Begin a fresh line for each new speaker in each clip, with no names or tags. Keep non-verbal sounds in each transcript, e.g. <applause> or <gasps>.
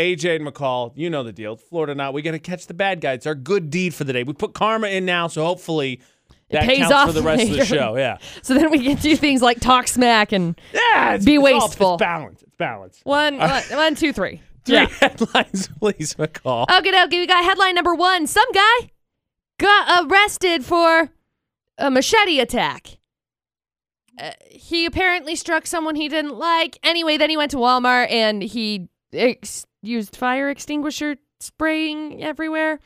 AJ and McCall, you know the deal. Florida not. We got to catch the bad guy. It's our good deed for the day. We put karma in now, so hopefully that
pays
counts
off
for the rest of the
later.
show.
<laughs>
Yeah.
So then we can do things like talk smack and
Yeah. It's,
Be
it's all-
wasteful.
it's balance. It's balance.
one, one, one, two, three.
Three
Yeah.
headlines, <laughs> please, McCall.
Okay, okay. We got headline number one. Some guy got arrested for a machete attack. Uh, he apparently struck someone he didn't like. Anyway, then he went to Walmart and he ex- used fire extinguisher spraying everywhere.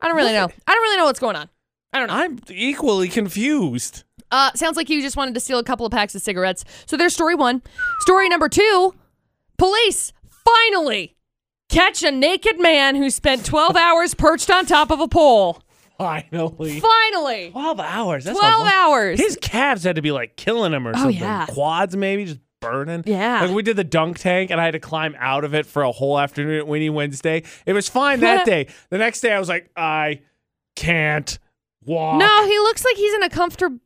I don't really know. I don't really know what's going on. I don't know.
I'm equally confused.
Uh, sounds like you just wanted to steal a couple of packs of cigarettes. So there's story one. Story number two police finally catch a naked man who
<laughs>
spent 12 hours perched on top of a pole.
Finally.
Finally.
12 hours. That's a
12
lot.
hours.
His calves had to be like killing him or
Oh,
something.
yeah.
Quads maybe just burning.
Yeah.
Like we did the dunk tank and I had to climb out of it for a whole afternoon at Winnie Wednesday. It was fine that day. The next day I was like, I can't walk.
no, he looks like he's in a comfortable.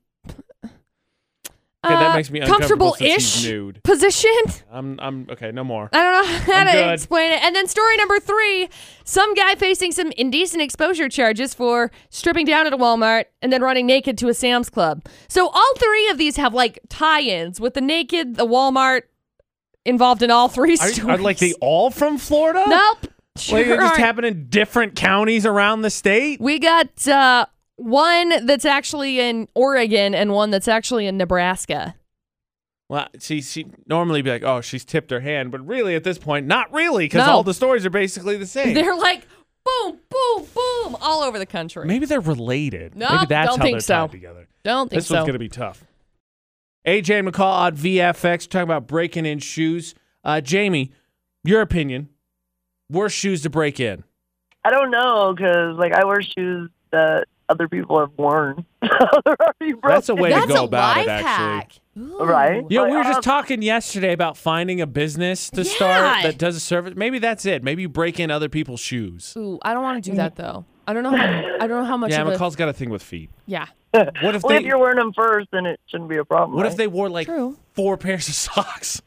Okay, that makes me uncomfortable since he's
uh, comfortable-ish
nude.
position.
I'm I'm okay, no more.
I don't know <laughs> how
I'm
to
good.
explain it. And then story number three: some guy facing some indecent exposure charges for stripping down at a Walmart and then running naked to a Sam's Club. So all three of these have like tie-ins with the naked, the Walmart involved in all three
Are,
stories.
are like they <laughs> all from Florida?
nope. Sure
Like they just
aren't.
happen in different counties around the state?
we got uh, one that's actually in Oregon and one that's actually in Nebraska.
Well, she she normally be like, oh, she's tipped her hand, but really at this point, not really, because
No.
all the stories are basically the same.
They're like boom, boom, boom, all over the country.
Maybe they're related.
No,
Maybe that's
don't
how
think
they're
so.
tied together.
Don't think
This
so.
one's gonna be tough. AJ and McCall on VFX talking about breaking in shoes. Uh, Jamie, your opinion: worst shoes to break in?
I don't know because like I wear shoes that other people have worn. <laughs>
That's a way
That's
to go
a
about
life
it, actually.
hack. Ooh.
Right?
Yeah, we
Like,
were just
um,
talking yesterday about finding a business to
Uh, Yeah.
start that does a service. Maybe that's it. Maybe you break in other people's shoes.
Ooh, I don't want to do that though. I don't know. How, I don't know how much.
Yeah,
of a,
McCall's got a thing with feet.
Yeah,
What if
Well,
they?
if you're wearing them first, then it shouldn't be a problem.
what if
right?
they wore like
True.
four pairs of <laughs> socks?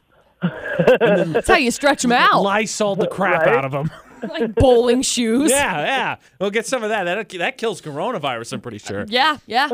that's how you stretch them out,
Lysol the crap
Right?
out of
<laughs>
them.
like bowling shoes.
Yeah, yeah. We'll get some of that. That that kills coronavirus. I'm pretty sure.
yeah, yeah.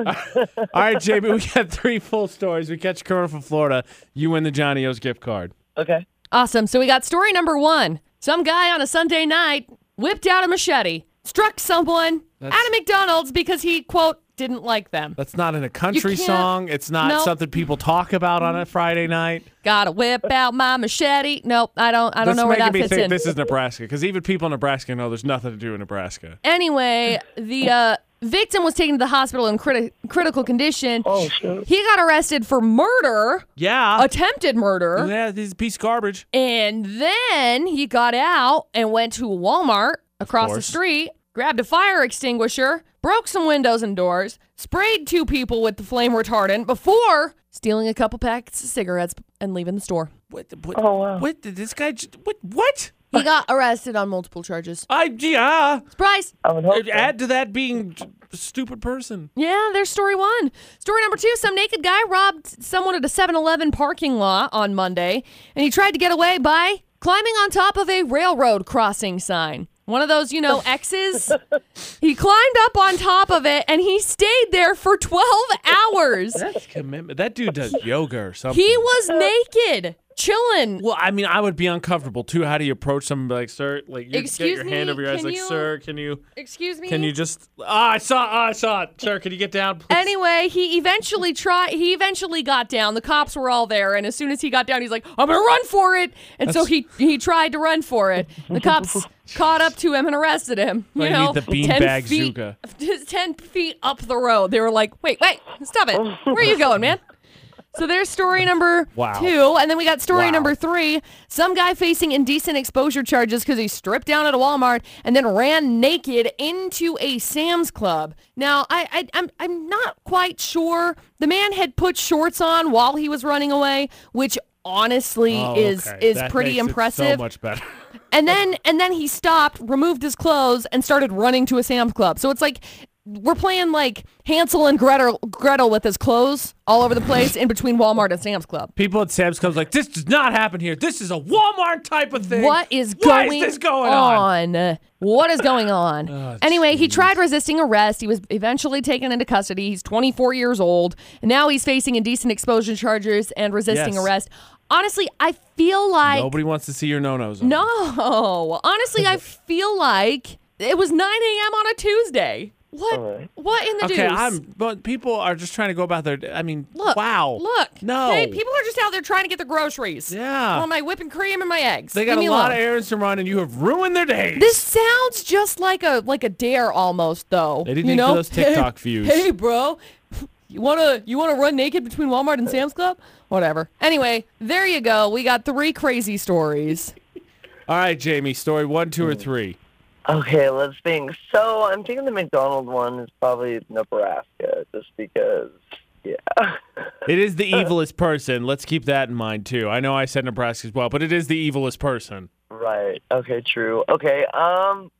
<laughs> All right, Jamie. We got three full stories. We catch Corona from Florida. You win the Johnny O's gift card.
Okay.
awesome. So we got story number one. Some guy on a Sunday night whipped out a machete, struck someone at a McDonald's because he quote didn't like them.
That's not in a country
can't-
song. It's not
No.
something people talk about on a Friday night.
Gotta whip out my machete. Nope, I don't. I don't
That's
know where
making
that
me
fits
think
in.
this is Nebraska because even people in Nebraska know there's nothing to do in Nebraska.
Anyway, the uh, victim was taken to the hospital in criti- critical condition. Oh shit! He got arrested for murder,
Yeah.
attempted murder.
yeah, this is a piece of garbage.
And then he got out and went to Walmart across the
course.
street, grabbed a fire extinguisher, broke some windows and doors, sprayed two people with the flame retardant before stealing a couple packs of cigarettes and leaving the store.
What? the- what
Oh, wow.
What did this guy? j- What? What?
He got arrested on multiple charges.
I yeah.
Surprise!
I would hope. so.
Add to that being j- stupid person.
Yeah, there's story one. Story number two some naked guy robbed someone at a 7 Eleven parking lot on Monday, and he tried to get away by climbing on top of a railroad crossing sign. One of those, you know, X's. he climbed up on top of it and he stayed there for 12 hours.
That's commitment. That dude does yoga or something.
He was naked, chilling.
Well, I mean, I would be uncomfortable too. How do you approach someone and be like, sir, like you
Excuse
get your hand
me,
over your eyes,
can
like,
you-
sir, can you
Excuse me?
can you just Ah I saw ah, I saw it. Sir, can you get down, please?
Anyway, he eventually tried. He eventually got down. The cops were all there, and as soon as he got down, he's like, "I'm gonna run for it." And so he he tried to run for it.
<laughs>
The cops caught up to him and arrested him. You
I need
know,
the
ten
beanbag
feet,
Zuka.
just ten feet up the road. They were like, "Wait, wait, stop it! Where are you going, man?" So there's story number
Wow.
two, and then we got story
Wow.
number three. Some guy facing indecent exposure charges because he stripped down at a Walmart and then ran naked into a Sam's Club. Now I, I I'm I'm not quite sure. The man had put shorts on while he was running away, which honestly
Oh,
is
okay.
is
That
pretty
makes it
impressive.
so much better. <laughs>
and then and then he stopped, removed his clothes, and started running to a Sam's Club. So it's like we're playing like Hansel and Gretel, Gretel with his clothes all over the place in between Walmart and Sam's Club.
People at Sam's Club's like, this does not happen here. This is a Walmart type of thing.
What is
Why
going
is this going on?
on? What is going
<laughs>
on?
Oh,
anyway, he
jeez.
tried resisting arrest. He was eventually taken into custody. He's 24 years old. Now he's facing indecent exposure charges and resisting
Yes.
arrest. Honestly, I feel like
Nobody wants to see your no-nos. on.
no. Honestly, I feel like it was 9 a.m. on a Tuesday. What?
All right.
What in the
Okay,
deuce?
I'm. But people are just trying to go about their. I mean,
Look.
wow.
Look.
No.
Hey, people are just out there trying to get their groceries.
Yeah.
On my whipping cream and my eggs.
they got
Leave
a
me
lot
alone.
of errands to run, and you have ruined their days.
This sounds just like a like a dare almost though.
They didn't
you
think for
know?
those
<laughs>
TikTok
hey,
views.
Hey bro, you wanna you wanna run naked between Walmart and Sam's Club? Whatever. Anyway, there you go. We got three crazy stories.
All right, Jamie. Story one, two, or
Mm.
three.
Okay, let's think. So I'm thinking the McDonald's one is probably Nebraska, just because. Yeah.
It is
<laughs>
the evilest person. Let's keep that in mind too. I know I said Nebraska as well, but it is the evilest person.
right. Okay. True. Okay. Um,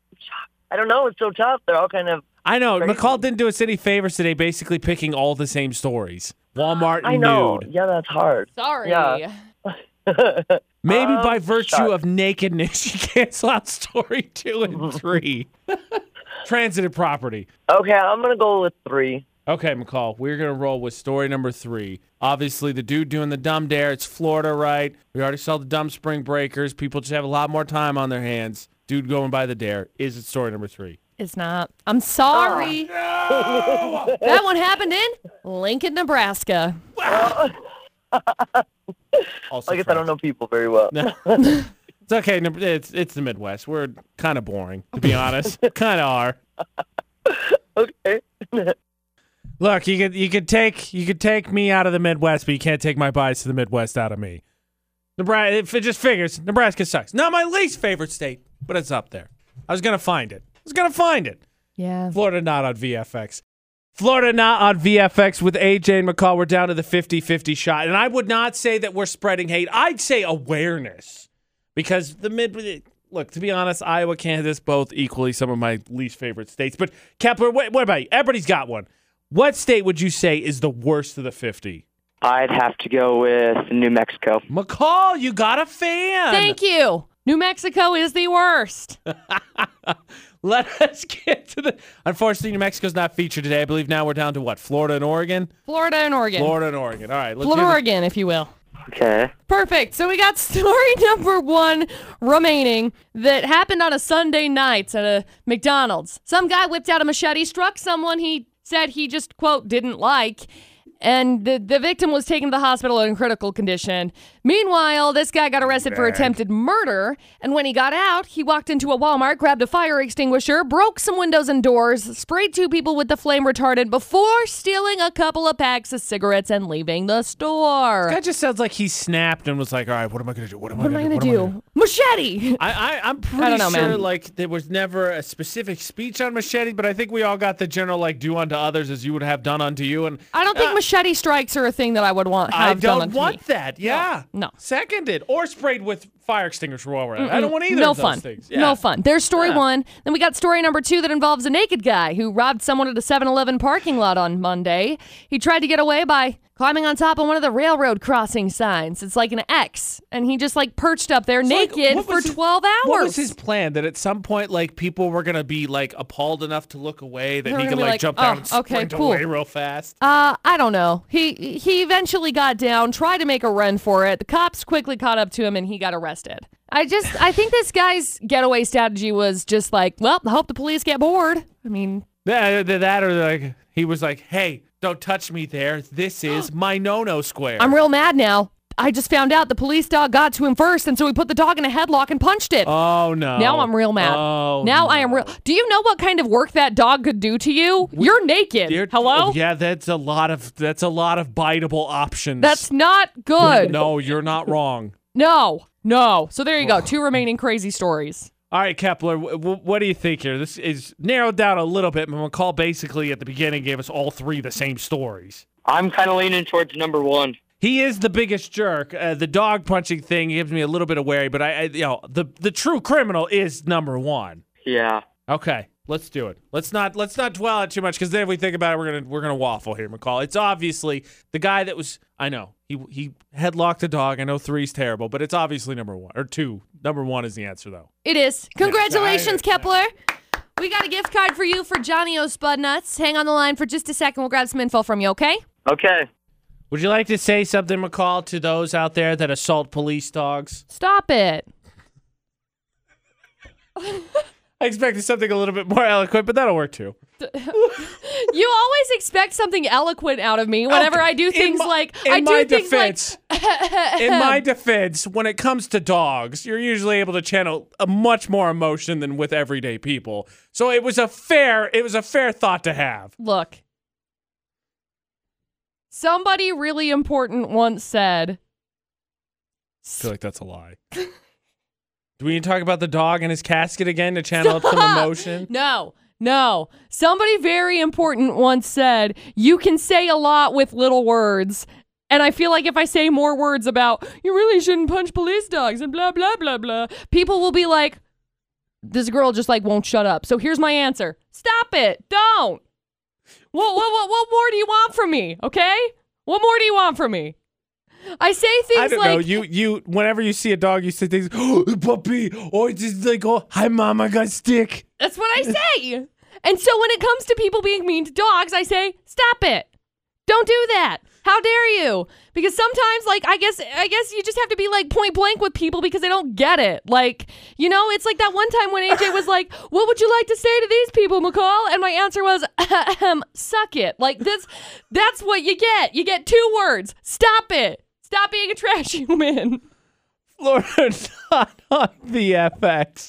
I don't know. It's so tough. They're all kind of.
I know.
Crazy.
McCall didn't do us any favors today, basically picking all the same stories. Walmart
I know.
nude.
Yeah, that's hard. <laughs>
Sorry.
Yeah.
Maybe by
Um,
virtue
shucks.
of nakedness, <laughs> you cancel out story two
<laughs>
and three. Transitive property.
okay, I'm gonna go with three.
Okay, McCall, we're going to roll with story number three. Obviously, the dude doing the dumb dare, it's Florida, right? We already saw the dumb spring breakers. People just have a lot more time on their hands. Dude going by the dare. Is it story number three?
It's not. I'm sorry. <laughs> that one happened in Lincoln, Nebraska.
Also
I guess I don't know people very well.
It's okay. Neb- It's, it's the Midwest. We're kind of boring, to
<laughs>
be honest. kind of are.
<laughs> okay.
Look, you could you could take you could take me out of the Midwest, but you can't take my bias to the Midwest out of me. Nebraska, it, it just figures Nebraska sucks. Not my least favorite state, but it's up there. I was gonna find it. I was gonna find it.
Yeah.
Florida not on VFX. Florida not on VFX with AJ and McCall. We're down to the 50 50 shot. And I would not say that we're spreading hate. I'd say awareness because the mid. Look, to be honest, Iowa, Kansas, both equally some of my least favorite states. But Kepler, what, what about you? Everybody's got one. What state would you say is the worst of the 50?
I'd have to go with New Mexico.
McCall, you got a fan.
Thank you. New Mexico is the worst.
<laughs> Let us get to the. Unfortunately, New Mexico's not featured today. I believe now we're down to what? Florida and Oregon?
Florida and Oregon.
Florida and Oregon. All right. Let's
Florida,
hear the-
Oregon, if you will.
Okay.
Perfect. So we got <laughs> story number one remaining that happened on a Sunday night at a McDonald's. Some guy whipped out a machete, struck someone he said he just, quote, didn't like, and the, the victim was taken to the hospital in critical condition. Meanwhile, this guy got arrested for attempted murder, and when he got out, he walked into a Walmart, grabbed a fire extinguisher, broke some windows and doors, sprayed two people with the flame retardant before stealing a couple of packs of cigarettes and leaving the store.
That just sounds like he snapped and was like, "All right, what am I gonna do? What am,
What am I gonna do? Machete.
I, I I'm pretty
I don't know,
sure
man.
like there was never a specific speech on machete, but I think we all got the general like do unto others as you would have done unto you, and
I don't think
Uh,
machete strikes are a thing that I would want. Have
I
done
don't
unto
want
me.
that. Yeah,
no.
Seconded or sprayed with fire extinguisher. While we're at it. I don't want either
No
of those
fun.
things. Yeah.
No fun. There's story
Yeah.
one. Then we got story number two that involves a naked guy who robbed someone at a 7-Eleven parking lot on Monday. He tried to get away by climbing on top of one of the railroad crossing signs. It's like an X, and he just like perched up there
So, like,
naked
what
for
was his-
12 hours.
What was his plan? That at some point, like people were gonna be like appalled enough to look away that
They were
he
gonna
could
be
like,
like,
jump
"Oh,
down and <laughs>
okay,
sprint
cool."
away real fast.
Uh, I don't know. He he eventually got down, tried to make a run for it. The cops quickly caught up to him, and he got arrested. I just I think this guy's getaway strategy was just like, well, I hope the police get bored. I mean,
That, uh, that or like he was like, "Hey, don't touch me there.
<gasps>
This is my no-no square."
I'm real mad now. I just found out the police dog got to him first, and so he put the dog in a headlock and punched it.
oh no.
now I'm real mad.
Oh.
now I am real. Do you know what kind of work that dog could do to you? You're naked.
Dear-
Hello.
oh, yeah, that's a lot of that's a lot of biteable options.
That's not good.
no, you're not wrong.
no. No. So there you go. Two remaining crazy stories.
All right, Kepler, w- w- what do you think here? This is narrowed down a little bit. but McCall basically at the beginning gave us all three the same stories.
I'm kind of leaning towards number one.
He is the biggest jerk. Uh, the dog punching thing gives me a little bit of wary, but I, I you know, the the true criminal is number one.
Yeah.
Okay, Let's do it. Let's not let's not dwell on it too much because then if we think about it, we're gonna we're gonna waffle here, McCall. It's obviously the guy that was. I know he he headlocked a dog. I know three's terrible, but it's obviously number one or two. Number one is the answer though.
It is. Congratulations,
Yes, I-
Kepler. We got a gift card for you for Johnny O's Spud Nuts. Hang on the line for just a second. We'll grab some info from you, okay?
Okay.
Would you like to say something, McCall, to those out there that assault police dogs?
Stop it.
I expected something a little bit more eloquent, but that'll work too.
You always expect something eloquent out of me whenever I do
In
things
my-
like
in
I do
my
things
defense,
like
in
<laughs>
my defense, when it comes to dogs, you're usually able to channel a much more emotion than with everyday people. So it was a fair it was a fair thought to have.
Look. Somebody really important once said,
I feel like that's a lie. Do we need to talk about the dog and his casket again to channel up some emotion?
No, no. Somebody very important once said, You can say a lot with little words. And I feel like if I say more words about, You really shouldn't punch police dogs and blah, blah, blah, blah, people will be like, This girl just like won't shut up. So here's my answer Stop it. Don't. What, what, what, what more do you want from me? Okay? What more do you want from me? I say things
I don't
like,
know. You you whenever you see a dog, you say things, oh, puppy, or just like, oh, hi mom, I got stick. <laughs>
That's what I say. and so when it comes to people being mean to dogs, I say, stop it. Don't do that. How dare you? Because sometimes like I guess I guess you just have to be like point blank with people because they don't get it. Like, you know, it's like that one time when AJ was like, "What would you like to say to these people, McCall?" and my answer was, "Ahem, "Suck it." Like this that's what you get. You get two words. Stop it. <laughs> Stop being a trash human.
Florida not on the FX.